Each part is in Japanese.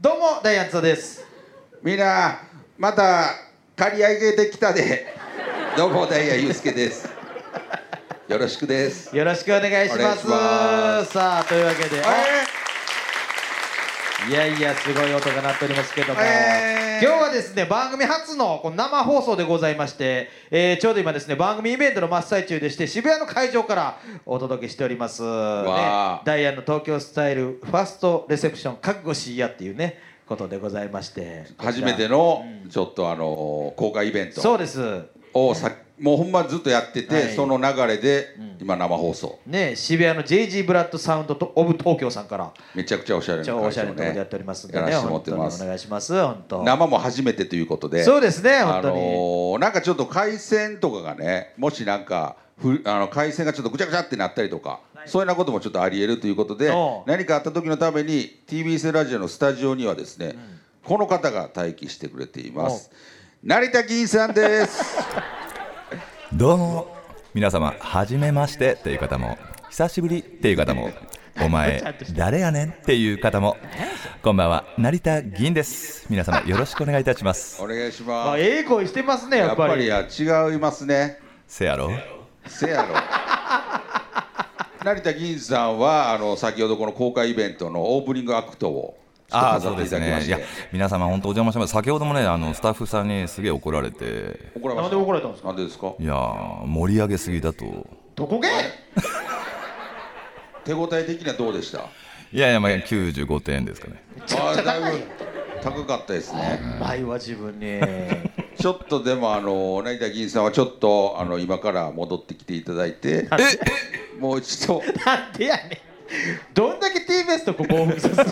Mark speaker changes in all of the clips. Speaker 1: どうもダイアンツァです
Speaker 2: みんなまた借り上げてきたでどうもダイヤユースケですよろしくです
Speaker 1: よろしくお願いします
Speaker 2: お願いしま
Speaker 1: さあというわけで、
Speaker 2: え
Speaker 1: いやいやすごい音が鳴っておりますけども、
Speaker 2: えー
Speaker 1: 今日はですね番組初のこの生放送でございまして、えーちょうど今ですね番組イベントの真っ最中でして渋谷の会場からお届けしております、ね
Speaker 2: わあ、
Speaker 1: ダイアンの東京スタイルファーストレセプション覚悟しいやっていうねことでございまして
Speaker 2: 初めてのちょっとあの公開イベント
Speaker 1: そうです
Speaker 2: をさもうほんまずっとやってて、
Speaker 1: はい
Speaker 2: その流れで今生放送
Speaker 1: ね渋谷の JG ブラッドサウンドとオブ東京さんから
Speaker 2: めちゃくちゃおしゃれな
Speaker 1: 超おしゃれなところでや
Speaker 2: や
Speaker 1: っておりますんでね
Speaker 2: らせてもら
Speaker 1: 本
Speaker 2: って
Speaker 1: 当にお
Speaker 2: ます
Speaker 1: 願いします本当
Speaker 2: 生も初めてということで
Speaker 1: そうですね
Speaker 2: あ
Speaker 1: 本当
Speaker 2: の
Speaker 1: に、
Speaker 2: ーなんかちょっと回線とかがねもしなんかふあの回線がちょっとぐちゃぐちゃってなったりとか、そういうようなこともちょっとありえるということで
Speaker 1: おう
Speaker 2: 何かあった時のために TBS ラジオのスタジオにはですね、この方が待機してくれています成田銀さんです
Speaker 3: どうも皆様はじめましてっていう方も久しぶりっていう 方もお前誰やねんっていう方もこんばんは成田議員です皆様よろしくお願いいたします
Speaker 2: お願いし
Speaker 1: あ
Speaker 2: ます
Speaker 1: ええ声してますねや
Speaker 2: や
Speaker 1: っ
Speaker 2: っ
Speaker 1: ぱ
Speaker 2: ぱ
Speaker 1: り
Speaker 2: りや違いますね
Speaker 3: せやろ
Speaker 2: せやろ 成田銀さんはあの先ほどこの公開イベントのオープニングアクトを
Speaker 3: ああ
Speaker 2: ちょ
Speaker 3: そ
Speaker 2: っ
Speaker 3: う
Speaker 2: と飾っ
Speaker 3: です
Speaker 2: ていただきま
Speaker 3: ね
Speaker 2: し
Speaker 3: い
Speaker 2: て
Speaker 3: や皆様本当お邪魔します先ほどもねあのスタッフさんにすげえ怒られて
Speaker 2: 怒られ
Speaker 1: な
Speaker 2: ま
Speaker 1: ん
Speaker 2: し
Speaker 1: で
Speaker 2: た
Speaker 1: 怒られたんですか
Speaker 2: なんでですか
Speaker 3: いやー盛り上げすぎだと
Speaker 1: どこげ
Speaker 2: 手応え的にはどうでした
Speaker 3: いやいやまあ95点ですかね
Speaker 1: ちゃくちゃ高いよ
Speaker 2: 高かったですね。
Speaker 1: 前は自分に
Speaker 2: ちょっとでもあの成田銀さんはちょっとあの今から戻ってきていただいて、もう一度
Speaker 1: なんでやねんどんだけ TBS とこ興奮さ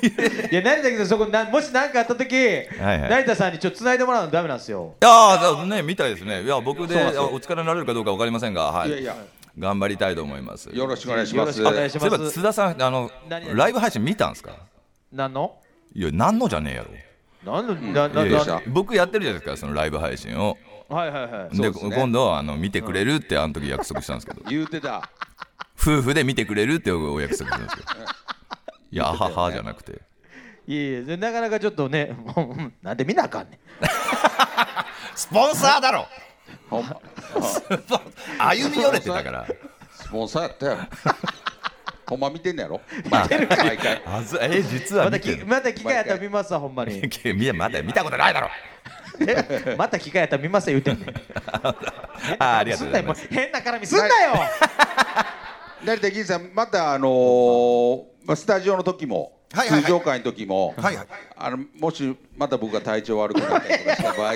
Speaker 1: せるいや成田君そこなもし何かあった時、
Speaker 3: はいはい
Speaker 1: 成田さんにちょっと繋いでもらうのダメなんですよ
Speaker 3: ああねみたいですねいや僕で
Speaker 2: そうなんですよ
Speaker 3: お力になれるかどうかわかりませんがはい
Speaker 2: いやいや
Speaker 3: 頑張りたいと思います
Speaker 2: よろしくお願いし
Speaker 1: よ
Speaker 2: ま
Speaker 1: ろし
Speaker 2: す。
Speaker 1: くお願いし
Speaker 3: そうい
Speaker 1: ま
Speaker 3: えば
Speaker 1: す
Speaker 3: 津田さんあの
Speaker 1: 何々
Speaker 3: ライブ配信見たんですか
Speaker 1: 何の
Speaker 3: いや何のじゃねえやろ
Speaker 1: 何の、なないな
Speaker 3: やい
Speaker 2: どうで
Speaker 3: や僕やってるじゃないですかそのライブ配信を
Speaker 1: はいはいはい
Speaker 3: で
Speaker 2: うですね
Speaker 3: 今度はあの見てくれるってあの時約束したんですけど
Speaker 2: 言うてた。
Speaker 3: 夫婦で見てくれるってお約束したんですけどいやあははじゃなくて
Speaker 1: いえいえでなかなかちょっとねもううんなんで見なあかんね
Speaker 3: スポンサーだろ
Speaker 2: ほんま
Speaker 3: 歩み寄れてたから
Speaker 2: スポンサーやったやろ。ほんま見てんのやろ。
Speaker 3: まあ
Speaker 2: 毎回。
Speaker 3: あずえ実
Speaker 1: んま
Speaker 3: は
Speaker 1: た
Speaker 3: 見
Speaker 1: き
Speaker 3: てる
Speaker 1: また機会あったら見ますわほんまに
Speaker 3: いやまだ見たことないだろ
Speaker 1: えまた機会あったら見ますよ言うてんねん
Speaker 3: あありがとうございます
Speaker 1: す変な絡みすんなよ
Speaker 2: 成田銀さんまたあのーまあスタジオの時も。
Speaker 4: はいはいはい
Speaker 2: 通常会の時も、
Speaker 4: はいはい
Speaker 2: あのもしまた僕が体調悪くなったりとかした場合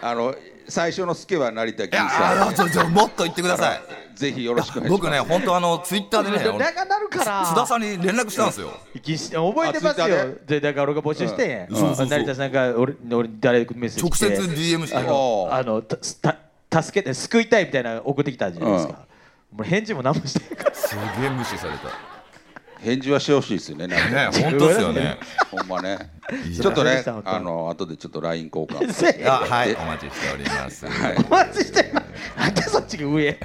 Speaker 2: あの最初のスケは成田銀さ
Speaker 4: あ
Speaker 2: ん
Speaker 4: ちょちょもっと言ってください
Speaker 2: ぜひよろしくお願いします
Speaker 3: 僕ね本当あのツイッターで ねあの
Speaker 1: 長なるから
Speaker 3: 津田さんに連絡したんですよ
Speaker 1: きし覚えてます
Speaker 2: あ Twitter
Speaker 1: よでだから俺が募集して、
Speaker 3: うんそうそうそう
Speaker 1: 成田さんが俺俺に誰かメッセージ
Speaker 3: 直
Speaker 1: 来て
Speaker 3: 接 DM して
Speaker 2: あの
Speaker 1: あのたた助けて救いたいみたいなの送ってきたじゃないですか、もう返事も何もしてないから
Speaker 3: すげえ無視され
Speaker 2: 返事はしてほしいですよねなんか
Speaker 3: たね本当ですよね
Speaker 2: ほんまね。
Speaker 3: い
Speaker 2: ちょっと
Speaker 1: いい
Speaker 2: ね
Speaker 1: じゃん、
Speaker 2: あの後でちょっとライン交換。
Speaker 1: せえ
Speaker 3: あはいお待ちしております
Speaker 1: お待ちしてますなんでそっちが上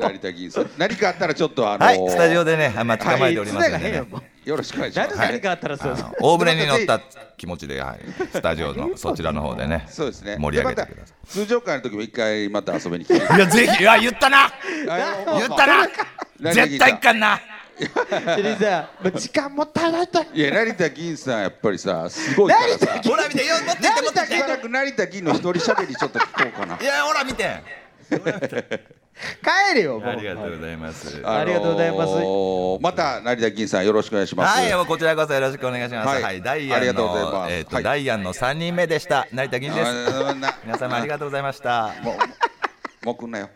Speaker 2: 成田銀さん、何かあったらちょっとあの、
Speaker 3: はいスタジオでねまあ捕まえております
Speaker 1: いつだか
Speaker 3: んで
Speaker 1: 変や
Speaker 3: ね
Speaker 1: もん
Speaker 2: よろしくお願いし
Speaker 1: な
Speaker 2: ま。
Speaker 1: んです何かあったらそうそう
Speaker 3: 大船に乗った気持ちで、はい、スタジオのそちらの方でね、
Speaker 2: そうですね。
Speaker 3: 盛り上げてく
Speaker 2: で
Speaker 3: だ
Speaker 2: ま
Speaker 3: さ
Speaker 2: た通常会の時も一回また遊びに来て。
Speaker 3: い。いや、ぜひ、いや、言ったな、
Speaker 2: 言
Speaker 3: 言ったな、絶対行かんな。
Speaker 1: でリさもう時間もったいない って
Speaker 2: いや成田銀さんやっぱりさすごいからさ。
Speaker 3: ほら見て、よ、持って行って、持って行っ
Speaker 2: しばらく成田銀の一人喋りちょっと聞こうかな
Speaker 3: て。い。や、ほら見て。
Speaker 1: 帰れよもう
Speaker 3: ありがとうございます。
Speaker 1: ありがとうございます
Speaker 2: あのーまた成田銀さんよろしくお願いします。
Speaker 3: はい、もうこちらこそよろしくお願いします。
Speaker 2: は
Speaker 3: はいい、ダイア
Speaker 2: あり
Speaker 3: ン
Speaker 2: がとうございま
Speaker 3: の、
Speaker 2: す
Speaker 3: えっ
Speaker 2: は
Speaker 3: と、
Speaker 2: い
Speaker 3: ダイアンの三人目でした。成田銀です。
Speaker 2: あな
Speaker 3: 皆様ありがとうございました。おい、
Speaker 2: もうもう来んなよ。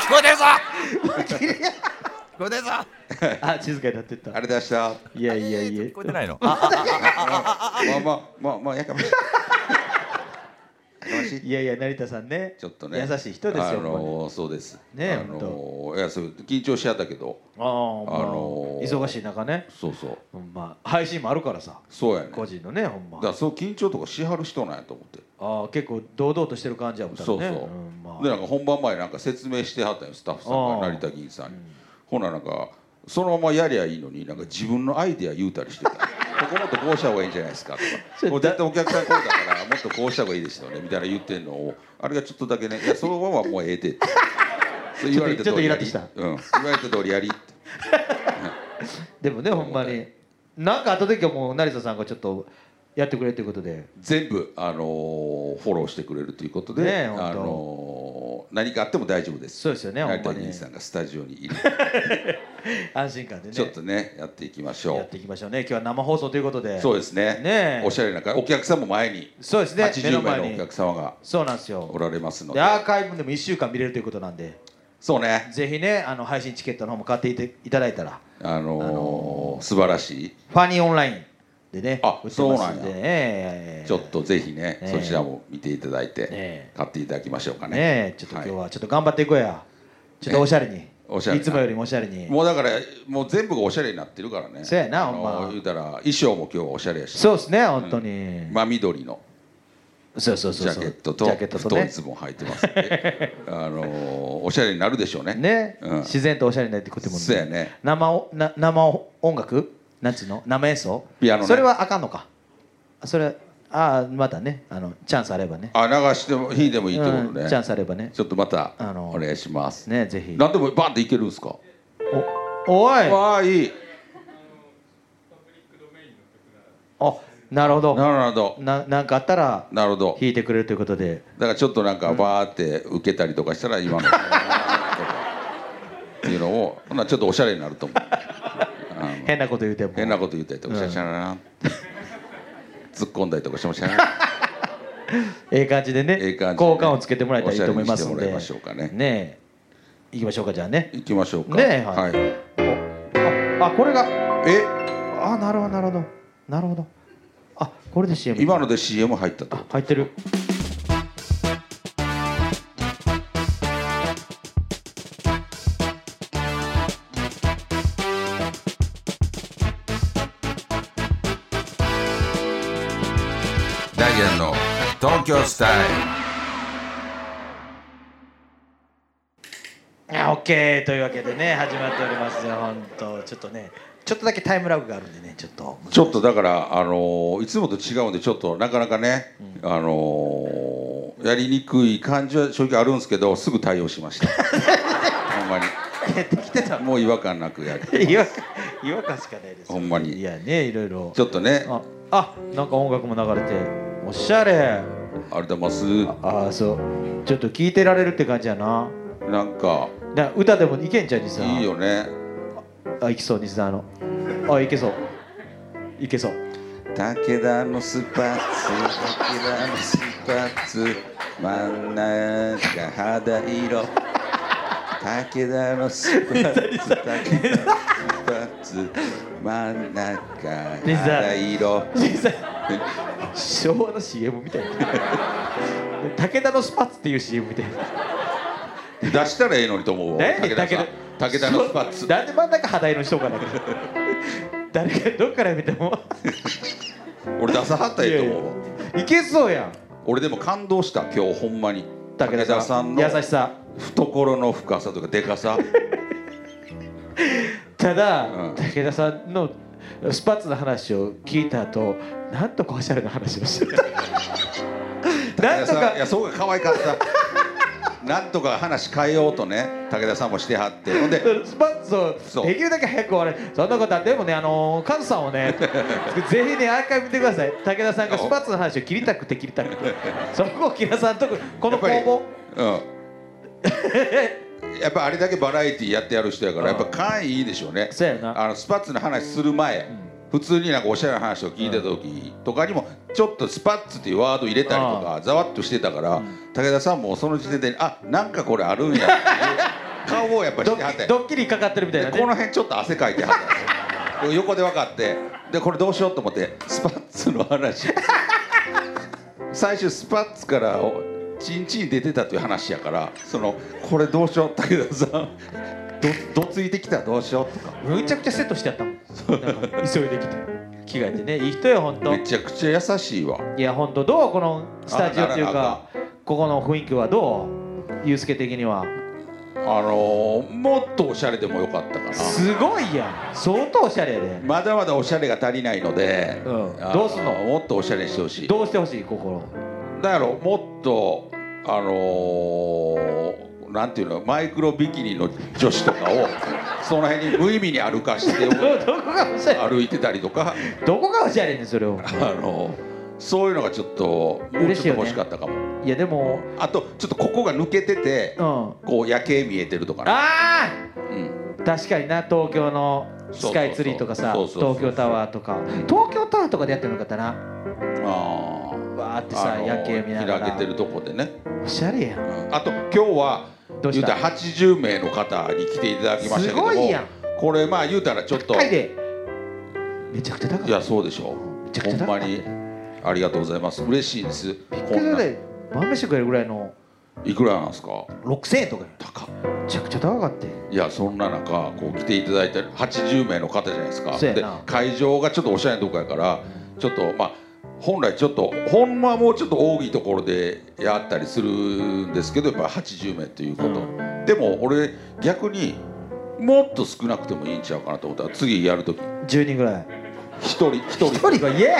Speaker 3: 聞こえてるぞ。聞こえてるぞ。
Speaker 1: あ静かになってっ
Speaker 2: あ
Speaker 1: た
Speaker 2: りがとうございました。
Speaker 1: いやいやいや
Speaker 3: 聞こえてないの。
Speaker 2: まあまあまあまあやかましい。やかましい。
Speaker 1: いやいや成田さんね
Speaker 2: ちょっとね
Speaker 1: 優しい人ですよ
Speaker 2: あ
Speaker 1: ほんまに
Speaker 2: のーそうです。
Speaker 1: ねえ
Speaker 2: あのーいやそう緊張しやったけど、
Speaker 1: あー、まあ
Speaker 2: あのー
Speaker 1: 忙しい中ね
Speaker 2: そうそう
Speaker 1: ほんま配信もあるからさ
Speaker 2: そうやね。だ
Speaker 1: 個
Speaker 2: か
Speaker 1: 人のねほんま
Speaker 2: らその緊張とかしはる人なんやと思って。
Speaker 1: あー結構堂々としてる感じやもんね
Speaker 2: そう
Speaker 1: う
Speaker 2: そう
Speaker 1: んま。
Speaker 2: でなんか本番前なんか説明してはったんよスタッフさん
Speaker 1: あ
Speaker 2: が
Speaker 1: ー
Speaker 2: 成田議員さんに。ほななんかそのままやりゃいいのになんか自分のアイデア言うたり してたここもっとこうした方がいいんじゃないですかと
Speaker 1: それ
Speaker 2: かもう絶対お客さんこうだからもっとこうした方がいいですよねみたいな言ってん のをあれがちょっとだけね「いやそのままもうええで」ってそう言われた
Speaker 1: ちょっとちょっとイ
Speaker 2: 通りや
Speaker 1: ラッと
Speaker 2: り
Speaker 1: した
Speaker 2: うん、言われた通りやりって
Speaker 1: でもねほんまになんかあった時はもう成田さんがちょっとやってくれということで
Speaker 2: 全部、あのーフォローしてくれるということで、
Speaker 1: ねえ本当
Speaker 2: あのー何かあっても大丈夫です
Speaker 1: そうですよねほん
Speaker 2: 成
Speaker 1: ま
Speaker 2: 田
Speaker 1: に
Speaker 2: 銀さんがスタジオにいる、
Speaker 1: 安心感でね
Speaker 2: ちょっとねやっていきまし
Speaker 1: や
Speaker 2: ょ
Speaker 1: っていきましょうね今日は生放送ということで
Speaker 2: うそうですね
Speaker 1: ねえ
Speaker 2: おしゃれな会お客さんも前に
Speaker 1: そうですね目の
Speaker 2: 80名
Speaker 1: 前
Speaker 2: の
Speaker 1: に
Speaker 2: お客様が
Speaker 1: そうなんです
Speaker 2: お
Speaker 1: よ
Speaker 2: られますの
Speaker 1: で
Speaker 2: で
Speaker 1: アーカイブでも1週間見れるということなんで
Speaker 2: そうね
Speaker 1: ぜひねあの配信チケットの方も買っていていただいたら
Speaker 2: あのー
Speaker 1: あの
Speaker 2: 素晴らしい
Speaker 1: ファニーオンラインでね売っ
Speaker 2: あ
Speaker 1: てます
Speaker 2: そうなん
Speaker 1: で
Speaker 2: や
Speaker 1: ねええ
Speaker 2: ちょっとぜひね、
Speaker 1: ええ
Speaker 2: そちらも見ていただいて、
Speaker 1: ええ
Speaker 2: 買っていただきましょうかね
Speaker 1: ねえちょっと今日
Speaker 2: は
Speaker 1: はちょっと頑張っていこうやちょっとおしゃれに
Speaker 2: おしゃれ
Speaker 1: い
Speaker 2: な
Speaker 1: つもよりもおしゃれに
Speaker 2: いもうだからもう全部がおしゃれになってるからね
Speaker 1: そうやな
Speaker 2: あの
Speaker 1: ほんま
Speaker 2: 言うたら衣装も今日はおしゃれやし
Speaker 1: そうですね本当に
Speaker 2: 真緑の
Speaker 1: そうそう
Speaker 2: ジ
Speaker 1: そう
Speaker 2: ャ
Speaker 1: そう
Speaker 2: ケットと
Speaker 1: ジャケットと
Speaker 2: 太い
Speaker 1: ね
Speaker 2: ズボン履いてますんであのーおしゃれになるでしょうね
Speaker 1: ね
Speaker 2: うん
Speaker 1: 自然とおしゃれになってくってもん
Speaker 2: そうやね
Speaker 1: 生おな生お音楽なんつうの生演奏
Speaker 2: ピアノね
Speaker 1: それはあかんのかそれああまたねあのチャンスあればね
Speaker 2: あ流しても弾いてもいいってことね、
Speaker 1: うんチャンスあればね
Speaker 2: ちょっとまた
Speaker 1: あのー
Speaker 2: お願いします、
Speaker 1: ねぜひ
Speaker 2: 何でもバンっていけるんですか
Speaker 1: おおいあ
Speaker 2: わあいい
Speaker 1: なるほど
Speaker 2: なるほど
Speaker 1: ななんかあったら
Speaker 2: なるほど
Speaker 1: 弾いてくれるということで
Speaker 2: だからちょっとなんかバーって受けたりとかしたら今の っていうのをほんならちょっとおしゃれになると思うあの
Speaker 1: 変なこと言うても
Speaker 2: 変なこと言ったりとか
Speaker 1: うん
Speaker 2: シャラシャラランって突っ込んだりとかしてもシャララン
Speaker 1: ええ感じでね
Speaker 2: ええ感じでね
Speaker 1: 好感をつけてもらえたらいいと思いますん
Speaker 2: おし
Speaker 1: で
Speaker 2: ゃれにしてもらいましょうかね
Speaker 1: ねえいきましょうかじゃあね
Speaker 2: 行きましょうか
Speaker 1: ねえは
Speaker 2: はいい、
Speaker 1: おああこれが
Speaker 2: え
Speaker 1: あなるほどなるほどなるほどあこれで CM
Speaker 2: 今ので CM 入ったと
Speaker 1: あ入ってる
Speaker 2: ダイアンの東京スタイル
Speaker 1: あオッケーというわけでね始まっておりますよ本当ちょっとねちょっとだけタイムラグがあるんでねちょっと
Speaker 2: ちょっとだから、あのーいつもと違うんでちょっとなかなかね、あのーやりにくい感じは正直あるんですけどすぐ対応し ましたほんまに
Speaker 1: やってきてた
Speaker 2: もう違和感なくやる
Speaker 1: 違和感違和感しかないですよ
Speaker 2: ほんまに
Speaker 1: いやねいろいろ
Speaker 2: ちょっとね
Speaker 1: ああなんか音楽も流れておしゃれ
Speaker 2: あれだます
Speaker 1: ああそうちょっと聴いてられるって感じやな
Speaker 2: なんか
Speaker 1: な歌でもいけんちゃうにさ
Speaker 2: いいよね
Speaker 1: あいきそうにさあのあいけそういけそう
Speaker 2: 武田のスパッツ武田のスパッツ真ん中肌色武田のスパッツ武田のスパッツ真ん中
Speaker 1: 水谷
Speaker 2: 肌色
Speaker 1: 実際昭和の CM みたいな武田のスパッツっていう CM みたいな
Speaker 2: 出したらええのにと思うわ
Speaker 1: 何
Speaker 2: 武田さん武田のスパッ
Speaker 1: そう
Speaker 2: ツ
Speaker 1: なんで真ん中肌色の人かな誰かどっから見ても
Speaker 2: 俺出さはったらええと思うわ
Speaker 1: いけそうやん
Speaker 2: 俺でも感動した今日ほんまに
Speaker 1: 武
Speaker 2: 武
Speaker 1: 田さ
Speaker 2: 田さ
Speaker 1: ん
Speaker 2: ん
Speaker 1: の
Speaker 2: の
Speaker 1: 優しさ
Speaker 2: 懐の深さとかでかさ
Speaker 1: ただ、
Speaker 2: うん
Speaker 1: 武田さんのスパッツの話を聞いた後なんとかおしゃれな話をして たなんと
Speaker 2: 武田さ
Speaker 1: か
Speaker 2: んいやそうが可愛かった なんとか話変えようとね武田さんもしてはってほんで
Speaker 1: スパッツ
Speaker 2: そ
Speaker 1: を
Speaker 2: う
Speaker 1: できるだけ早く終われそんなことはでもねあのーカズさんを ねぜひねアーカイブ見てください武田さんがスパッツの話を切りたくて切りたくてそこを木田さんとここの
Speaker 2: やっぱり
Speaker 1: 攻防
Speaker 2: うんやっぱあれだけバラエティやってやる人やからやっぱ勘いいでしょうね
Speaker 1: そうやな
Speaker 2: あのスパッツの話する前、普通になんかおしゃれな話を聞いてた時とかにもちょっとスパッツっていうワード入れたりとかざわっとしてたから武田さんもその時点であなんかこれあるんやっていう顔をやっぱ
Speaker 1: ド
Speaker 2: してはった
Speaker 1: ッドッキリかかってるみたいな
Speaker 2: で
Speaker 1: ね
Speaker 2: この辺ちょっと汗かいてはったんですよ横で分かってでこれどうしようと思ってスパッツの話最初スパッツからおチンチン出てたという話やからそのこれどうしよう武田さんどどついてきたらどうしようとか
Speaker 1: むちゃくちゃセットしてやったもんなんか急いできて着替えてねいい人よほんと
Speaker 2: めちゃくちゃ優しいわ
Speaker 1: いやほんとどうこのスタジオっていう
Speaker 2: あならな
Speaker 1: かここの雰囲気はどうユうスケ的には
Speaker 2: ああのーもっとおしゃれでもよかったかな
Speaker 1: すごいやん相当おしゃれやで
Speaker 2: まだまだおしゃれが足りないので、
Speaker 1: うん
Speaker 2: あ
Speaker 1: どうすんの
Speaker 2: もっとおしゃれにしてほしい
Speaker 1: どうしてほしい心
Speaker 2: だからもっとあのーなんていうのマイクロビキニの女子とかを その辺に無意味に歩かして
Speaker 1: どどこがおしゃれ
Speaker 2: 歩いてたりとか、
Speaker 1: どこがおしゃれねそれを
Speaker 2: あのそういうのがちょっともう
Speaker 1: 嬉しい
Speaker 2: ちょ
Speaker 1: よ
Speaker 2: っ
Speaker 1: ね
Speaker 2: と欲しかったかも、
Speaker 1: いやでも
Speaker 2: あとちょっとここが抜けてて、
Speaker 1: うん
Speaker 2: こう夜景見えてるとかね、
Speaker 1: あ
Speaker 2: うん
Speaker 1: あ確かにな東京のスカイツリーとかさ
Speaker 2: そうそうそう
Speaker 1: 東京タワーとか東京タワーとかでやってるのかったな
Speaker 2: あー
Speaker 1: わーってさ
Speaker 2: あの
Speaker 1: 夜景見なが
Speaker 2: 開
Speaker 1: ら
Speaker 2: けてるとこでね、
Speaker 1: おしゃれやん
Speaker 2: うんあと今日は
Speaker 1: どうし
Speaker 2: 言う
Speaker 1: た
Speaker 2: たら80名の方に来ていただきましたけども
Speaker 1: すごいやん
Speaker 2: これまあ言うたらちょっと
Speaker 1: 高いでめちゃくちゃ高い
Speaker 2: いやそうでしょ
Speaker 1: めちゃ
Speaker 2: う
Speaker 1: くちゃ
Speaker 2: ほん
Speaker 1: 高
Speaker 2: ま
Speaker 1: い
Speaker 2: にありがとうございます嬉しいです
Speaker 1: こ
Speaker 2: こん
Speaker 1: れ
Speaker 2: な
Speaker 1: で晩飯食えるぐらいの
Speaker 2: いくらなんですか
Speaker 1: 6000円とかよ
Speaker 2: 高っ
Speaker 1: めちゃくちゃ高かったよ
Speaker 2: いやそんな中こう来ていただいた80名の方じゃないですか
Speaker 1: そうやな
Speaker 2: で会場がちょっとおしゃれなとこやからちょっとまあ本来ちょっとほんまはもうちょっと多いところでやったりするんですけどやっぱ80名ということ、
Speaker 1: う
Speaker 2: でも俺逆にもっと少なくてもいいんちゃうかなと思ったら次やるとき
Speaker 1: 10人ぐらい
Speaker 2: 一人一人
Speaker 1: 一人がイエーイ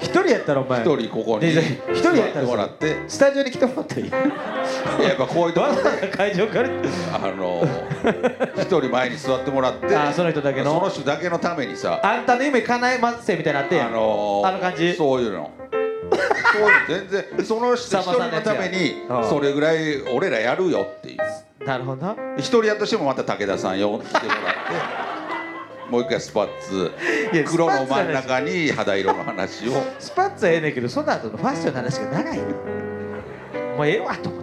Speaker 1: 一人やったらお前
Speaker 2: 一人ここに
Speaker 1: ねえ一人やった
Speaker 2: 座
Speaker 1: ら
Speaker 2: ってもらって
Speaker 1: スタジオに来てもらったらいい
Speaker 2: やっぱこういうとこ
Speaker 1: わ
Speaker 2: ろ
Speaker 1: ざわざ会場から
Speaker 2: あの一人前に座ってもらって
Speaker 1: あーその人だけの
Speaker 2: その人だけのためにさ
Speaker 1: あんたの夢叶えますせみたいになって
Speaker 2: あのー
Speaker 1: あの感じ
Speaker 2: そういうのそういうの全然その人
Speaker 1: さ
Speaker 2: 一
Speaker 1: んまさんの
Speaker 2: 人のために
Speaker 1: やつや
Speaker 2: それぐらい俺らやるよっていう
Speaker 1: なるほどな
Speaker 2: 一人やとしてもまた武田さん呼んで もらってもう一回スパッツ
Speaker 1: いや
Speaker 2: 黒の
Speaker 1: スパッツ
Speaker 2: 真ん
Speaker 1: の話
Speaker 2: 中に肌色の話を
Speaker 1: スパッツはええねんけどその後のファッションの話が長いのもうええわと思っ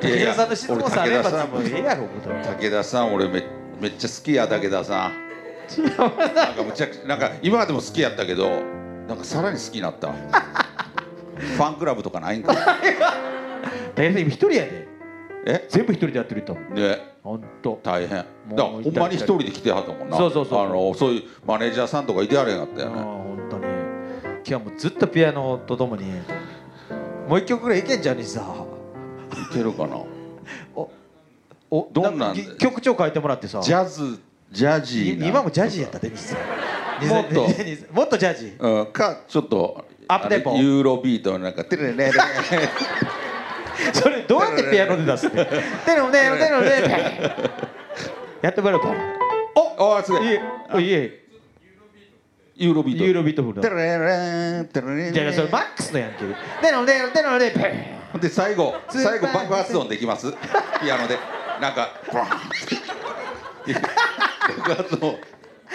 Speaker 1: た
Speaker 2: いやい
Speaker 1: 武
Speaker 2: や
Speaker 1: 田さんの質問さ
Speaker 2: 俺
Speaker 1: 連
Speaker 2: 武田
Speaker 1: 発
Speaker 2: さん
Speaker 1: もうええやろ思った
Speaker 2: 武田さん俺めめっちゃ好きや武田さんなんかむちゃくちゃなんか今までも好きやったけどなんかさらに好きになったファンクラブとかないんか
Speaker 1: 武田さん今一人やで
Speaker 2: え
Speaker 1: 全部一人でやってると思う
Speaker 2: ね
Speaker 1: ほんと
Speaker 2: 大変だ
Speaker 1: もう
Speaker 2: からほんまに一人で来てはったもんな
Speaker 1: そうそうそう
Speaker 2: あのそういうマネージャーさんとかいてはれへんかった
Speaker 1: ああ
Speaker 2: よね
Speaker 1: 本当に今日はもうずっとピアノとともにもう一曲ぐらいいけんじゃん西さ
Speaker 2: いけるかな
Speaker 1: お
Speaker 2: どんなん
Speaker 1: かぎ曲調変えてもらってさ
Speaker 2: ジャズジャジーない
Speaker 1: 今もジャジーやったで西さん
Speaker 2: もっと
Speaker 1: 西さんもっとジャジー
Speaker 2: うんかちょっと
Speaker 1: アップテンポ
Speaker 2: あれユーロビートのなんかテレレレレ
Speaker 1: それどうやってピアノで出すの てのねてのねやってもらうか
Speaker 2: おおすごい
Speaker 1: いえおいえ
Speaker 2: ユーロビート
Speaker 1: ユーロビートフル
Speaker 2: テ
Speaker 1: だ
Speaker 2: レレレンテレレレン
Speaker 1: じゃあそれマックスのやんけてのねてのね
Speaker 2: で最後
Speaker 1: スーパー
Speaker 2: 最後爆発音できますピアノでなんかブラーンって爆発音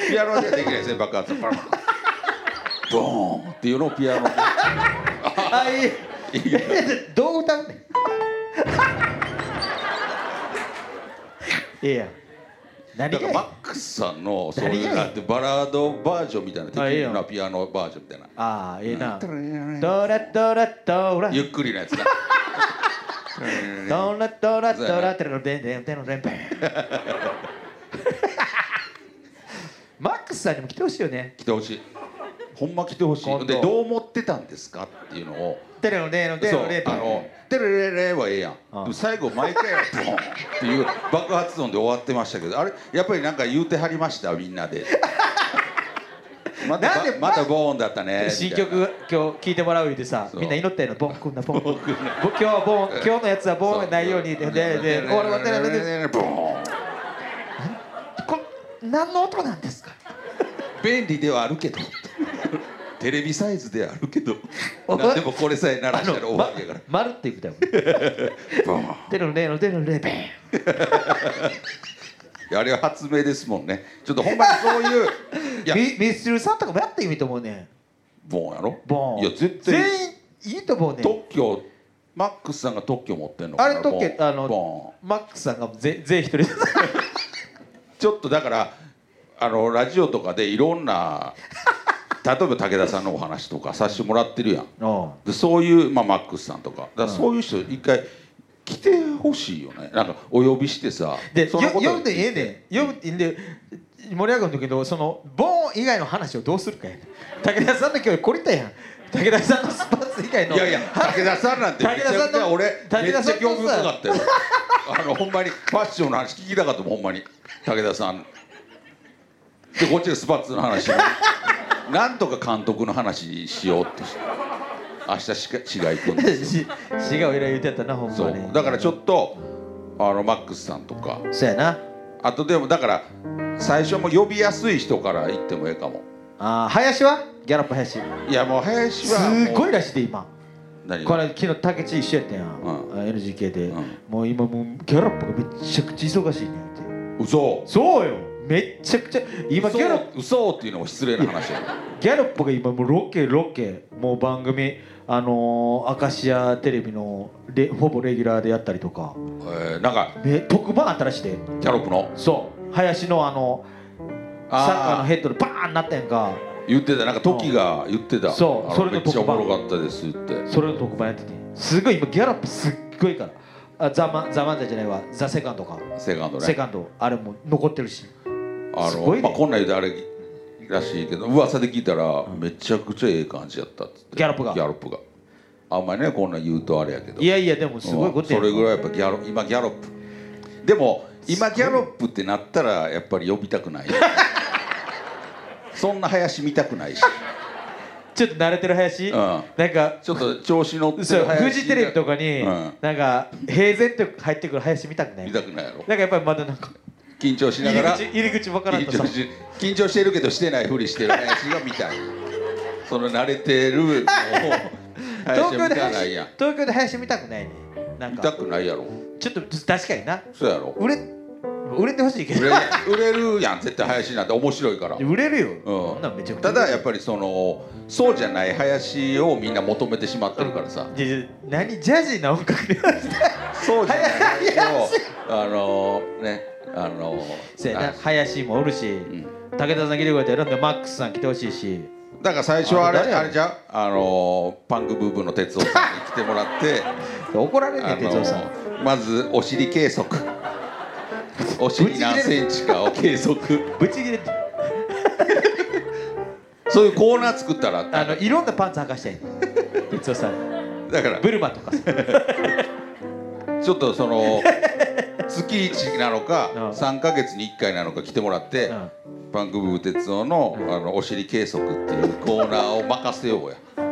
Speaker 2: ピアノではできないですね爆発音ブラーンボーンっていうのをピアノで
Speaker 1: あいいえどう歌うねんいいや何
Speaker 2: だからマ
Speaker 1: が
Speaker 2: ックスさんのそういうのがあってバラードバージョンみたいなの
Speaker 1: あ
Speaker 2: で
Speaker 1: いい
Speaker 2: き
Speaker 1: よ
Speaker 2: るなピアノバージョンみたいな
Speaker 1: ああいいな
Speaker 2: テレレレレ
Speaker 1: ドラドラドラ
Speaker 2: ゆっくりなやつだ
Speaker 1: ドラドラドラテロデンデンテロデンペンマックスさんにも来てほしいよね
Speaker 2: 来てほしいほんま来てほし
Speaker 1: 今度
Speaker 2: いでどう思ってたんですかっていうのを
Speaker 1: テロデンデンテ
Speaker 2: そう
Speaker 1: ロデンペン
Speaker 2: あの「テレレレ」はええやん
Speaker 1: うん
Speaker 2: でも最後毎回「ボン!」っていう爆発音で終わってましたけどあれやっぱりなんか言うてはりましたみんなでまた
Speaker 1: なんで
Speaker 2: ばまたボーンだったね
Speaker 1: 新
Speaker 2: みたいな
Speaker 1: 曲今日聴いてもらう言うてさ
Speaker 2: そう
Speaker 1: みんな祈ったよなボンくんなボンくん
Speaker 2: ボンくんな
Speaker 1: ぼ今日はボン今日のやつはボンがないように
Speaker 2: そ
Speaker 1: ででで
Speaker 2: テレレレレレレ
Speaker 1: 俺はテレレレレ
Speaker 2: ボーン
Speaker 1: こ何の音なんですか
Speaker 2: 便利ではあるけどテレビサイズではあるけどなんでもこれさえ鳴らしたら終わりやから
Speaker 1: ま丸っていく だもんテ
Speaker 2: ボーン
Speaker 1: ロデンデンテロデンペン
Speaker 2: いやあれは発明ですもんねちょっとほんまにそういういや
Speaker 1: ミミスチルさんとかもやっていいと思うねん
Speaker 2: ボーンやろ
Speaker 1: ボン
Speaker 2: いや絶対
Speaker 1: 全員いいと思うねん
Speaker 2: 特許マックスさんが特許持ってんのか
Speaker 1: あ
Speaker 2: な
Speaker 1: れ特
Speaker 2: ボ
Speaker 1: 権
Speaker 2: ン
Speaker 1: あの
Speaker 2: ボ
Speaker 1: マックスさんがぜ全員一人で
Speaker 2: ンちょっとだからあのラジオとかでいろ んな例えば武田さんのお話とかさせてもらってるやん
Speaker 1: おう
Speaker 2: でそういう、まあ、マックスさんとかだからそういう人一回来てほしいよねなんかお呼びしてさ
Speaker 1: で
Speaker 2: そ
Speaker 1: よ
Speaker 2: のこと
Speaker 1: 読んでええねん読んで盛り上がるんだけどそのボーン以外の話をどうするかや武田さんの今日こりたやん武田さんのスパッツ以外の
Speaker 2: いやいや武田さんなんてめち
Speaker 1: 武
Speaker 2: ゃくち
Speaker 1: 田さん
Speaker 2: ゃ
Speaker 1: の
Speaker 2: 俺め
Speaker 1: 武
Speaker 2: っち
Speaker 1: 田
Speaker 2: ゃ
Speaker 1: さんのさ
Speaker 2: 興味深かったよあのほんまにファッションの話聞きたかったもんほんまに武田さんでこっちでスパッツの話 なんとか監督の話しようって明日しか市街行くんですよ
Speaker 1: し滋賀をいろいろ言ってたなほん
Speaker 2: そ
Speaker 1: ま
Speaker 2: う
Speaker 1: に
Speaker 2: だからちょっとあのマックスさんとか
Speaker 1: そうやな
Speaker 2: あとでもだから最初も呼びやすい人から行ってもええかも
Speaker 1: あー林はギャラップ林
Speaker 2: いやもう林はもう
Speaker 1: すごいらしいで今
Speaker 2: 何が
Speaker 1: これ昨日竹地一緒やったやん、
Speaker 2: う
Speaker 1: NGK で、
Speaker 2: うん
Speaker 1: もう今もうギャラップがめちゃくちゃ忙しいねんって
Speaker 2: 嘘
Speaker 1: そうよめっちゃくちゃ今ギャラップ
Speaker 2: 嘘嘘っていうのも失礼な話やな
Speaker 1: ギャロップが今もうロケロケもう番組あのー、アカシアテレビのレほぼレギュラーでやったりとか
Speaker 2: えーなんか
Speaker 1: え特番あったらして
Speaker 2: キャロップの
Speaker 1: そう林のあのサッカーの
Speaker 2: ああ
Speaker 1: ヘッドでバーンなったやんか
Speaker 2: 言ってたなんか時が言ってた
Speaker 1: そう
Speaker 2: あの
Speaker 1: それの
Speaker 2: めっちゃお
Speaker 1: 特番
Speaker 2: もろかったですって
Speaker 1: それの特番やっててすごい今ギャロップすっごいからあザ・マンザ・マンザじゃないわザ・セカンドか、
Speaker 2: セカンドね
Speaker 1: セカンドあれも残ってるし
Speaker 2: あ
Speaker 1: す
Speaker 2: の、
Speaker 1: ごいね
Speaker 2: まあ、こんなん言うたらあれらしいけど噂で聞いたらめちゃくちゃええ感じやったっつって
Speaker 1: ギャロップが
Speaker 2: ギャロップがあんまりねこんなん言うとあれやけど
Speaker 1: いやいやでもすごいことや
Speaker 2: そ
Speaker 1: ん
Speaker 2: れぐらいやっぱギャロ今ギャロップでも今ギャロップってなったらやっぱり呼びた くないそんな林見たくないし、
Speaker 1: ちょっと慣れてる林、
Speaker 2: うん
Speaker 1: なんか
Speaker 2: ちょっと調子乗ってる
Speaker 1: そう
Speaker 2: 林が
Speaker 1: フジテレビとかに、
Speaker 2: うん
Speaker 1: なんか平然と入ってくる林見たくない
Speaker 2: 見たくないやろ
Speaker 1: なんかやっぱりまだなんか
Speaker 2: 緊張しな
Speaker 1: 入
Speaker 2: が
Speaker 1: り
Speaker 2: ら
Speaker 1: 口入り口分からん
Speaker 2: 緊
Speaker 1: と
Speaker 2: 張
Speaker 1: さ
Speaker 2: し緊張してるけどしてないふりしてる林が見 たいその慣れてるのを
Speaker 1: 東
Speaker 2: 林
Speaker 1: 京
Speaker 2: は
Speaker 1: で
Speaker 2: 見たない
Speaker 1: 林
Speaker 2: やん
Speaker 1: 東京で林見たくないねなん
Speaker 2: 見た
Speaker 1: か
Speaker 2: くないやろ
Speaker 1: ちょっと確かにな
Speaker 2: そうやろ
Speaker 1: 売れ売れてほしいけ
Speaker 2: 売
Speaker 1: ど
Speaker 2: れ売れるやん絶対林なんて面白いから
Speaker 1: 売れるよ、
Speaker 2: う
Speaker 1: そんなんめちゃ
Speaker 2: ん、
Speaker 1: くちゃ
Speaker 2: ただやっ
Speaker 1: ぱ
Speaker 2: ぱりそのそうじゃない林をみんな求めてしまってるからさ
Speaker 1: 何ジャジーな音楽で
Speaker 2: そうじゃない林をあのねあの
Speaker 1: せや
Speaker 2: な
Speaker 1: な林もおるし、
Speaker 2: ん
Speaker 1: 武田さん来てくれてるんでマックスさん来てほしいし
Speaker 2: だから最初はあれ
Speaker 1: あれ誰や
Speaker 2: あれじゃんあのパンクブーブーの哲夫さんに来ても らって。
Speaker 1: 怒られんね
Speaker 2: あ
Speaker 1: ん哲夫さん、
Speaker 2: のまずお尻 計測お尻何センチかを計測
Speaker 1: ぶち切れて
Speaker 2: そういうコーナー作ったら
Speaker 1: あのいろんなパンツ履かしたいねん哲夫さん
Speaker 2: だから
Speaker 1: ブルマとかさ
Speaker 2: ちょっとその 月1なのか
Speaker 1: うん
Speaker 2: 3か月に1回なのか来てもらってパンクブーブー哲夫のあのお尻計測っていうコーナーを任せようや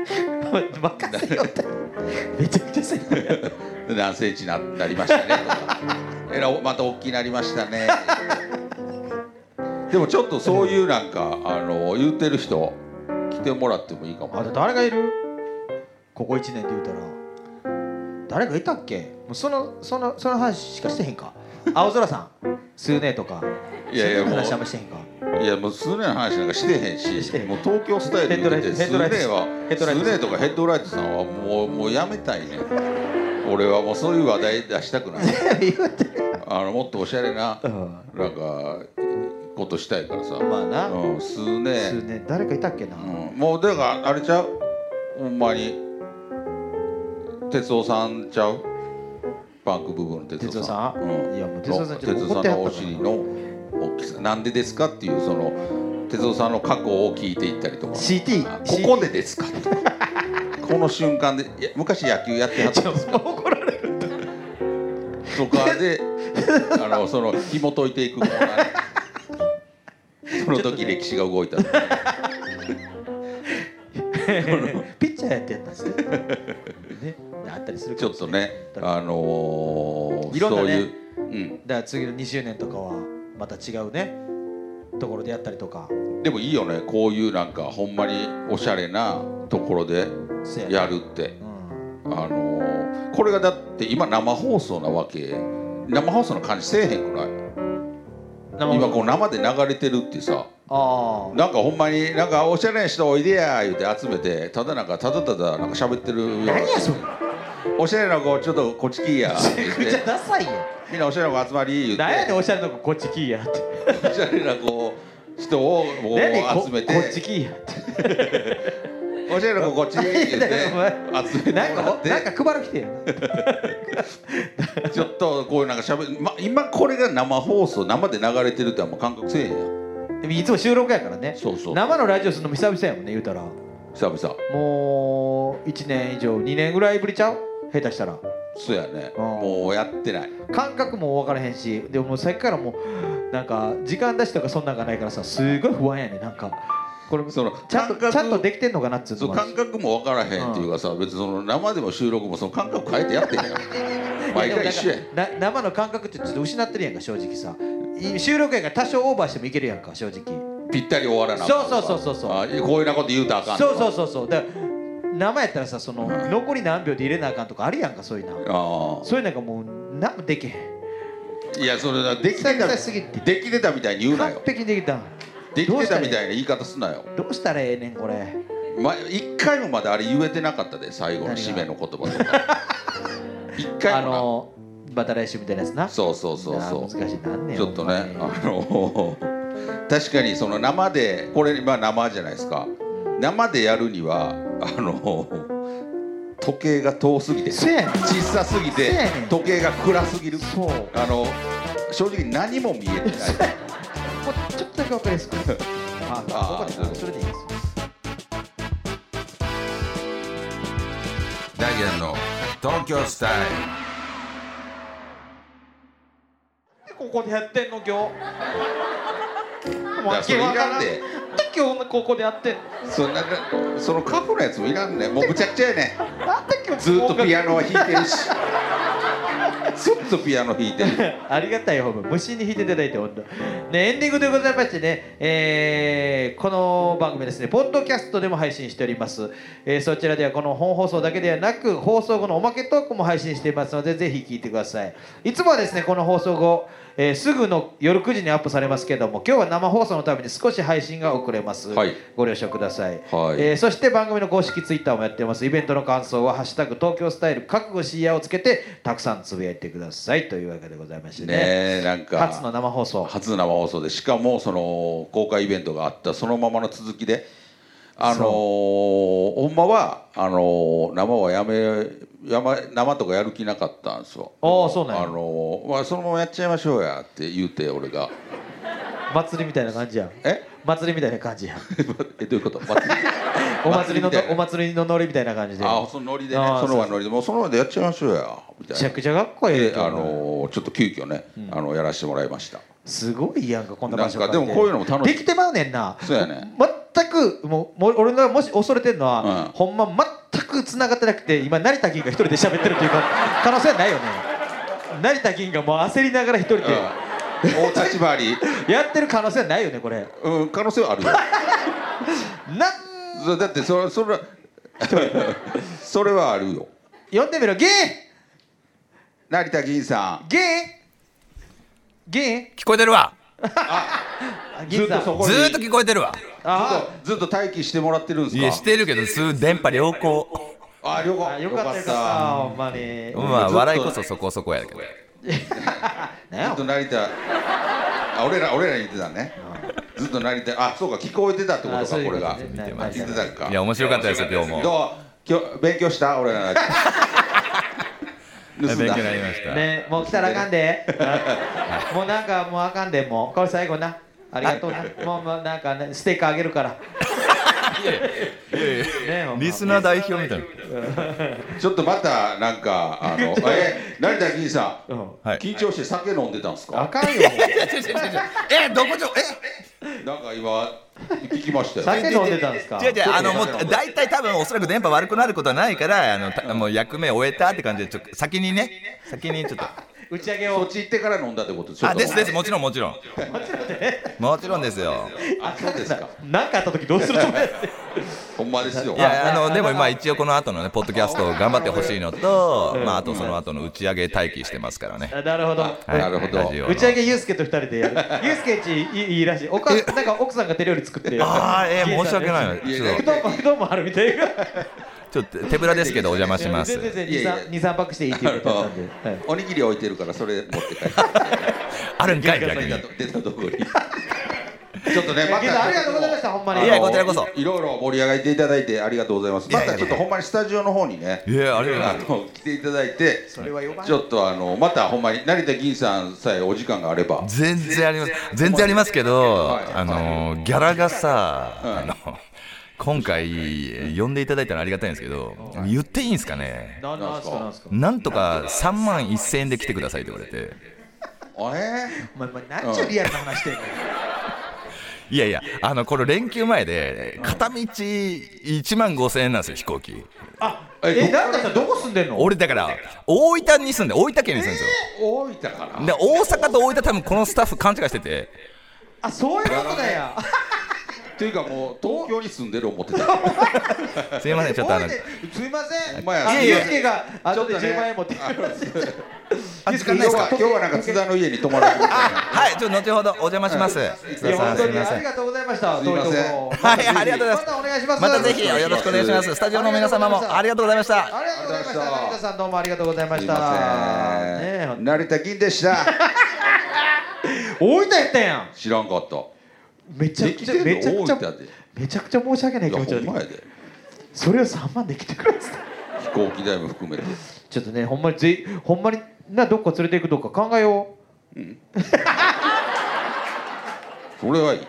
Speaker 1: 任せよってめちゃくちゃ最高や
Speaker 2: で何センチななりましたねとか えらまた大きくなりましたねでもちょっとそういうなんかあの言うてる人来てもらってもいいかも
Speaker 1: あと誰がいるここ1年で言うたら誰がいたっけもうそのそのその話しかしてへんか青空さんスーネーとか
Speaker 2: いやいや
Speaker 1: スーネーの
Speaker 2: も
Speaker 1: 話
Speaker 2: う
Speaker 1: あんましてへんか
Speaker 2: いやもう数年の話なんかしてへんし
Speaker 1: してへん
Speaker 2: もう東京スタイルでて
Speaker 1: ヘ
Speaker 2: 数
Speaker 1: ッドライト
Speaker 2: 年は
Speaker 1: ヘッドライト
Speaker 2: 数年とかヘッドライトさんはもうもうやめたいね俺はもうそういう話題出したくない
Speaker 1: 言うて
Speaker 2: あのもっとおしゃれな
Speaker 1: うん
Speaker 2: なんかことしたいからさ、
Speaker 1: まあな、
Speaker 2: うん、数
Speaker 1: スー
Speaker 2: 年、
Speaker 1: ネー誰かいたっけな、
Speaker 2: うん、もうだからあれちゃうほんまに哲夫さんちゃうバンク部分の哲
Speaker 1: 哲
Speaker 2: 夫
Speaker 1: 夫
Speaker 2: さ
Speaker 1: さ
Speaker 2: ん
Speaker 1: ん、
Speaker 2: うん
Speaker 1: いやもう哲夫さんちょっ
Speaker 2: 哲
Speaker 1: と
Speaker 2: 夫
Speaker 1: 怒
Speaker 2: さ
Speaker 1: っ
Speaker 2: ん
Speaker 1: ては
Speaker 2: のお
Speaker 1: ったか
Speaker 2: 尻
Speaker 1: ら
Speaker 2: の大きさなんでですかっていうその哲夫さんの過去を聞いていったりとか
Speaker 1: CT
Speaker 2: あここでですかとかこの瞬間でいや昔野球やってはった
Speaker 1: ちょ もう怒られる
Speaker 2: とかであのその紐解いていくコーナー ねその
Speaker 1: ちょっと
Speaker 2: 時
Speaker 1: ね
Speaker 2: 歴史が動いたとか
Speaker 1: ピッチャーやってやったんですよ、ね、あったりする
Speaker 2: ち
Speaker 1: か
Speaker 2: ょ
Speaker 1: も
Speaker 2: っ
Speaker 1: し
Speaker 2: と
Speaker 1: れない
Speaker 2: ねあのー
Speaker 1: いろんな
Speaker 2: そう
Speaker 1: ね
Speaker 2: いう、うん、
Speaker 1: だから次の2周年とかはまた違うねところでやったりとか
Speaker 2: でもいいよねこういうなんかほんまにおしゃれなところで
Speaker 1: せ
Speaker 2: やるって
Speaker 1: うん
Speaker 2: あのーこれがだって今生放送なわけ生放送の感じせえへんくらい
Speaker 1: 生
Speaker 2: 今こう生で流れてるってさ
Speaker 1: ああ
Speaker 2: なんかほんまになんかおしゃれな人おいでや言うて集めてただなんかただただなんか喋ってるような
Speaker 1: 何やそれ
Speaker 2: おしゃれな子ちょっとこっち来いや
Speaker 1: めち
Speaker 2: 言
Speaker 1: ゃ
Speaker 2: う
Speaker 1: くちゃ
Speaker 2: て
Speaker 1: ダサいやん
Speaker 2: みんなおしゃれな子集まり言う
Speaker 1: 何やね
Speaker 2: て
Speaker 1: んおしゃれの子こっち来いやって
Speaker 2: おしゃれな子人をも
Speaker 1: 何やねんこ
Speaker 2: う集め
Speaker 1: こっち
Speaker 2: て
Speaker 1: 来いやって
Speaker 2: おしゃれの子こっちにって言って集めて
Speaker 1: なん
Speaker 2: もら
Speaker 1: か
Speaker 2: っ
Speaker 1: なん
Speaker 2: て
Speaker 1: か配るきてよ
Speaker 2: ちょっとこういうなんかしゃべ、ま、今これが生放送生で流れてるってあんま感覚せえへんやん
Speaker 1: でもいつも収録やからね
Speaker 2: そうそう
Speaker 1: 生のラジオするのも久々やもんね言うたら
Speaker 2: 久々
Speaker 1: もう1年以上2年ぐらいぶりちゃう下手したら
Speaker 2: そうやね
Speaker 1: うん
Speaker 2: もうやってない
Speaker 1: 感覚も分からへんしでももうさっきからもうなんか時間出しとかそんなんがないからさすごい不安やねなんかこれ
Speaker 2: その
Speaker 1: ちゃん
Speaker 2: 感
Speaker 1: と
Speaker 2: 覚
Speaker 1: ちゃんとできてんのかなっつう
Speaker 2: そ
Speaker 1: の
Speaker 2: う
Speaker 1: もある
Speaker 2: 感
Speaker 1: し
Speaker 2: 覚も分からへんっていうかさ、別にその生でも収録もその感覚変えてやってへんやん毎回一緒やん
Speaker 1: いやでもなんかな生の感覚ってちょっと失ってるやんか正直さい収録やから多少オーバーしてもいけるやんか正直
Speaker 2: ぴったり終わらな
Speaker 1: そうそうそうそうそう
Speaker 2: あこういうなこと言うたらあかん
Speaker 1: そう
Speaker 2: う
Speaker 1: そうそうそうだから生やったらさその
Speaker 2: うん
Speaker 1: 残り何秒で入れなあかんとかあるやんかそういうな
Speaker 2: あ
Speaker 1: そういうなんかもう何もできへん
Speaker 2: あいやそれなできて
Speaker 1: 久
Speaker 2: た
Speaker 1: 々すぎて
Speaker 2: できてたみたいに言うな
Speaker 1: 完
Speaker 2: よ
Speaker 1: 璧にできたん
Speaker 2: できてたみたい
Speaker 1: い
Speaker 2: な言い方すなよ
Speaker 1: どうしたらええねんこれ
Speaker 2: ま一回もまだあれ言えてなかったで最後の締めの言葉 とか一
Speaker 1: あ
Speaker 2: 回もな
Speaker 1: のまた来週みたいなやつな
Speaker 2: そうそうそうそう
Speaker 1: なあ難しいなんねん
Speaker 2: ちょっとね、
Speaker 1: ほん
Speaker 2: あ
Speaker 1: まに
Speaker 2: の 確かにその生でこれまあ生じゃないですか生でやるにはあの時計が遠すぎて
Speaker 1: せやねん
Speaker 2: 小さすぎて
Speaker 1: せやねん
Speaker 2: 時計が暗すぎる
Speaker 1: そうも
Speaker 2: あの正直何 も見えてない
Speaker 1: うちょっとだけ分かりや すくああ
Speaker 2: あ
Speaker 1: ここでそれでいいです
Speaker 2: ダイアンの東京スタイ
Speaker 1: ここでやってんの今日
Speaker 2: ルだからそれいらん
Speaker 1: で
Speaker 2: で
Speaker 1: 今日ここでやってん
Speaker 2: そんなそのカフのやつもいらんねもうむちゃくちゃやね
Speaker 1: のなんで今日
Speaker 2: ずっとピ
Speaker 1: ア
Speaker 2: アノは弾いて るしずっとピアノ弾いてる
Speaker 1: ありがたいほど虫に引いていただいて本当ねエンディングでございましてね、えーこの番組ですねポッドキャストでも配信しております、えーそちらではこの本放送だけではなく放送後のおまけトークも配信していますのでぜひ聞いてくださいいつもはですねこの放送後、えーすぐの夜9時にアップされますけども今日は生放送のために少し配信が遅れます、
Speaker 2: はい
Speaker 1: ご了承ください
Speaker 2: はい
Speaker 1: えーそして番組の公式ツイッターもやってますイベントの感想は「ハッシュタグ東京スタイル覚悟しや」をつけてたくさんつぶやいてくださいというわけでございましてね
Speaker 2: ねえなんか
Speaker 1: 初の生放送
Speaker 2: 初の生放送でしかもその公開イベントがあったそのままの続きであのー
Speaker 1: そう
Speaker 2: ほんまはあのー生はやめやま生とかやる気なかったんですよ
Speaker 1: ああそうなんや
Speaker 2: あのーまあ、そのままやっちゃいましょうやって言うて俺が
Speaker 1: 祭りみたいな感じやん
Speaker 2: え
Speaker 1: 祭りみたいな感じやん
Speaker 2: えどうい うこと祭り
Speaker 1: お祭りの
Speaker 2: 祭りみたいな
Speaker 1: お祭りのノリみたいな感じで
Speaker 2: ああそのノリでね
Speaker 1: ああ
Speaker 2: その場のノリでもうその場でやっちゃいましょうやみた
Speaker 1: め
Speaker 2: い
Speaker 1: ちゃ
Speaker 2: な
Speaker 1: くちゃかっこいい
Speaker 2: で
Speaker 1: けど
Speaker 2: あのーちょっと急遽ね、あのやらせてもらいました
Speaker 1: すごいやんかこんな場所
Speaker 2: なんかでもこういうのも楽しい
Speaker 1: できてまうねんな
Speaker 2: そうやね
Speaker 1: 全くもうもう俺がもし恐れてるのは、
Speaker 2: うん
Speaker 1: ほんま全く繋がってなくて今成田議員が一人で喋ってるっていうか可能性はないよね成田議員がもう焦りながら一人で
Speaker 2: うん大立ち回り、
Speaker 1: やってる可能性はないよねこれ
Speaker 2: うん、可能性はあるよ
Speaker 1: なん
Speaker 2: そだってそれそれ それはあるよ
Speaker 1: 呼んでみろゲ
Speaker 2: 成田議員さ
Speaker 1: ーゲーゲ
Speaker 3: 聞こえてるわ
Speaker 1: ーあ
Speaker 2: ん
Speaker 1: 議員さん
Speaker 2: に
Speaker 3: ずーっと聞こえてるわ
Speaker 1: あ
Speaker 2: ずっとずっと待機してもらってるんです
Speaker 3: い
Speaker 2: か
Speaker 3: やしてるけどすー電波良好
Speaker 2: ああよか
Speaker 1: あよかったよかったほんまに
Speaker 3: ま
Speaker 2: ず
Speaker 3: あ
Speaker 2: っと
Speaker 3: 笑いこそそこそこやけど
Speaker 1: 何
Speaker 2: ず
Speaker 1: や
Speaker 2: っと成田あ俺ら俺らに言ってたねずっと成田あそうか聞こえてたってこと
Speaker 1: あそ
Speaker 2: か
Speaker 1: ういう
Speaker 2: こ
Speaker 1: こ
Speaker 2: れ
Speaker 1: と
Speaker 2: が
Speaker 1: ね
Speaker 2: 言
Speaker 1: な
Speaker 2: って
Speaker 1: な
Speaker 2: たんか
Speaker 3: いや面白かったですよ今日も
Speaker 2: どう今日勉強した俺 らの盗
Speaker 3: 勉
Speaker 2: ん
Speaker 3: 強
Speaker 2: だ
Speaker 3: になりました、
Speaker 1: ねもう来たらあかんでもうなんかもうあかんでもうこれ最後なありがとうなもうもうなんかねステッカーあげるからねほんま
Speaker 3: リスナー代表みたいな
Speaker 2: ちょっとまたなんかあ のえ成田議員さん
Speaker 1: うん
Speaker 3: はい
Speaker 2: 緊張して酒飲んでたんです
Speaker 1: あ
Speaker 2: か
Speaker 1: かんよもう
Speaker 3: えどこちょえ
Speaker 2: なんか今聞きましたよ
Speaker 1: 酒飲んでたんですか
Speaker 3: 違う違う、あのもう大体多分おそらく電波悪くなることはないから、あのたもう役目終えたって感じで、ちょっと先にね、先にちょっと。
Speaker 1: 打ち上げ
Speaker 2: そ
Speaker 1: を
Speaker 2: っち行ってから飲んだってこと
Speaker 3: あ、ですです、も
Speaker 2: ち
Speaker 3: ちろんもちろん。もちろんですよ。
Speaker 2: ろんあそ うですか
Speaker 1: 何かあった時どうすると思うやつ
Speaker 2: ほんまですよ
Speaker 3: いや、あのでもまあ一応この後のね、ポッドキャストを頑張ってほしいのと、まああとその後の打ち上げ待機してますからね。
Speaker 1: あなるほど
Speaker 2: あなるほど
Speaker 3: ラジオの
Speaker 1: 打ち上げユうスケと二人でやるユうスケんちいいいいらしいおかなんか奥さんが手料理作って
Speaker 3: あーえー
Speaker 1: 銀
Speaker 3: 申し
Speaker 1: さん
Speaker 3: 訳
Speaker 1: の
Speaker 3: な
Speaker 1: や
Speaker 3: い
Speaker 1: つ
Speaker 2: いや
Speaker 3: ちょっ
Speaker 1: うどんもうどんもあるみたいな
Speaker 3: とちょっと手ぶらですけどお邪魔します
Speaker 1: 全然全
Speaker 2: いやいや
Speaker 1: 然23泊していいって言ってたんではい
Speaker 2: おにぎり置いてるからそれ持って帰って
Speaker 3: あるんかい逆に
Speaker 2: 出たところにちょっとねま
Speaker 1: ゲスト
Speaker 2: た
Speaker 1: ありがとうございましたほんまに
Speaker 3: いやこちらこそ
Speaker 2: いろいろ盛り上がっていただいてありがとうございます
Speaker 3: や
Speaker 2: ま
Speaker 3: いやいや
Speaker 2: たちょっとほんまにスタジオの方にね
Speaker 3: いやありがとうござ
Speaker 2: あ
Speaker 3: います
Speaker 2: の来ていただいて
Speaker 1: それは呼ばん
Speaker 2: ちょっとあのまたほんまに成田銀さんさえお時間があれば
Speaker 3: 全然あります全然ありますけど、
Speaker 2: はい
Speaker 3: あのギャラがさ、
Speaker 2: はい
Speaker 3: あの今回呼んでいただいたのありがたいんですけど、言っていいんですかね
Speaker 1: なんなんすかなんすか
Speaker 3: なんとか3万1000円で来てくださいって言われて
Speaker 2: え
Speaker 1: お前お前なんちゅうリアルな話してんの
Speaker 3: いやいやあのこれ連休前で片道1万5000円なんですよ飛行機
Speaker 1: あ
Speaker 2: え
Speaker 1: え
Speaker 2: ど
Speaker 1: なんださんどこ住んでんの
Speaker 3: 俺だから大分に住んで大分県に住んでるんですよ、
Speaker 2: ー大分から
Speaker 3: で大阪と大分多分このスタッフ勘違いしてて
Speaker 1: あそういうことだよ
Speaker 2: っていうかもう東京に住んでる思って た
Speaker 3: すいませんちょっとあの
Speaker 1: 覚えてすいません
Speaker 2: お前や
Speaker 1: あ
Speaker 2: いやいや
Speaker 1: ユースケが
Speaker 2: ちょ
Speaker 1: 後
Speaker 2: っ
Speaker 1: で
Speaker 2: とね
Speaker 1: 10万円持ってきてください
Speaker 3: あ
Speaker 1: ユースケ
Speaker 3: 時間な
Speaker 2: 今
Speaker 3: いです
Speaker 2: 日
Speaker 3: か
Speaker 2: は今日はなんか津田の家に泊まられてるみたいな
Speaker 3: はいちょっと後ほどお邪魔します
Speaker 1: いや本当
Speaker 3: すい
Speaker 1: に
Speaker 3: ま
Speaker 1: あ
Speaker 3: せん
Speaker 1: りがとうございました
Speaker 2: すいません
Speaker 1: 遠いところ
Speaker 3: はい、ありがとうござい
Speaker 1: またお願いしま
Speaker 3: ますす。またぜひよろしくお願いします。スタジオの皆様もありがとうございました。
Speaker 1: ありがとうございました。
Speaker 2: ありがとう
Speaker 1: 成
Speaker 2: ございました
Speaker 1: 田さんどうもありがとうございまし
Speaker 2: すい
Speaker 1: た。
Speaker 2: ま
Speaker 1: ねえ
Speaker 2: せん、成田銀でした
Speaker 1: 大分やったやん。
Speaker 2: 知らんかった
Speaker 1: めちゃ
Speaker 2: で
Speaker 1: く
Speaker 2: き
Speaker 1: ちゃ
Speaker 2: てんの
Speaker 1: めちゃくちゃ
Speaker 2: 大分で
Speaker 1: めちゃくちゃ申し訳ない
Speaker 2: い
Speaker 1: 気
Speaker 2: や
Speaker 1: 持ち
Speaker 2: ほ
Speaker 1: だっ
Speaker 2: んま
Speaker 1: た
Speaker 2: やで
Speaker 1: それを3万で来てくれてた。
Speaker 2: 飛行機代も含めて
Speaker 1: ちょっとねほんまにぜほんまになどっか連れて行くとか考えよう。
Speaker 2: それはいい
Speaker 1: ね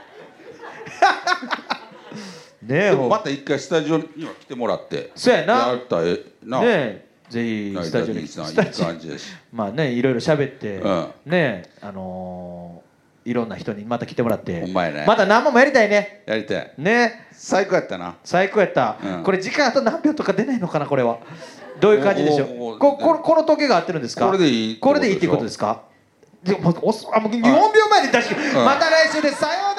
Speaker 1: え。
Speaker 2: でも
Speaker 1: ほん
Speaker 2: また一回スタジオには来てもらって
Speaker 1: そうやな
Speaker 2: やったらええな
Speaker 1: ねえぜひ
Speaker 2: 成
Speaker 1: ス
Speaker 2: 田
Speaker 1: タジオに
Speaker 2: 銀さんい
Speaker 1: ス
Speaker 2: い
Speaker 1: タジオ
Speaker 2: 感じやし
Speaker 1: まあねいろいろ喋って、
Speaker 2: うん
Speaker 1: ねえあのーいろんな人にまた来てもらって
Speaker 2: ほんまやね
Speaker 1: また何本もやりたいね
Speaker 2: やりたい
Speaker 1: ねえ
Speaker 2: 最高やったな
Speaker 1: 最高やった、
Speaker 2: うん
Speaker 1: これ時間あと何秒とか出ないのかなこれはどういう感じでしょう
Speaker 2: おおお
Speaker 1: こここの時計が合ってるんですか
Speaker 2: これでいいって
Speaker 1: こ
Speaker 2: こと
Speaker 1: れ
Speaker 2: で
Speaker 1: でい
Speaker 2: しょ
Speaker 1: いってことですかでももうおあもう4秒前で出して、また来週ですさようなら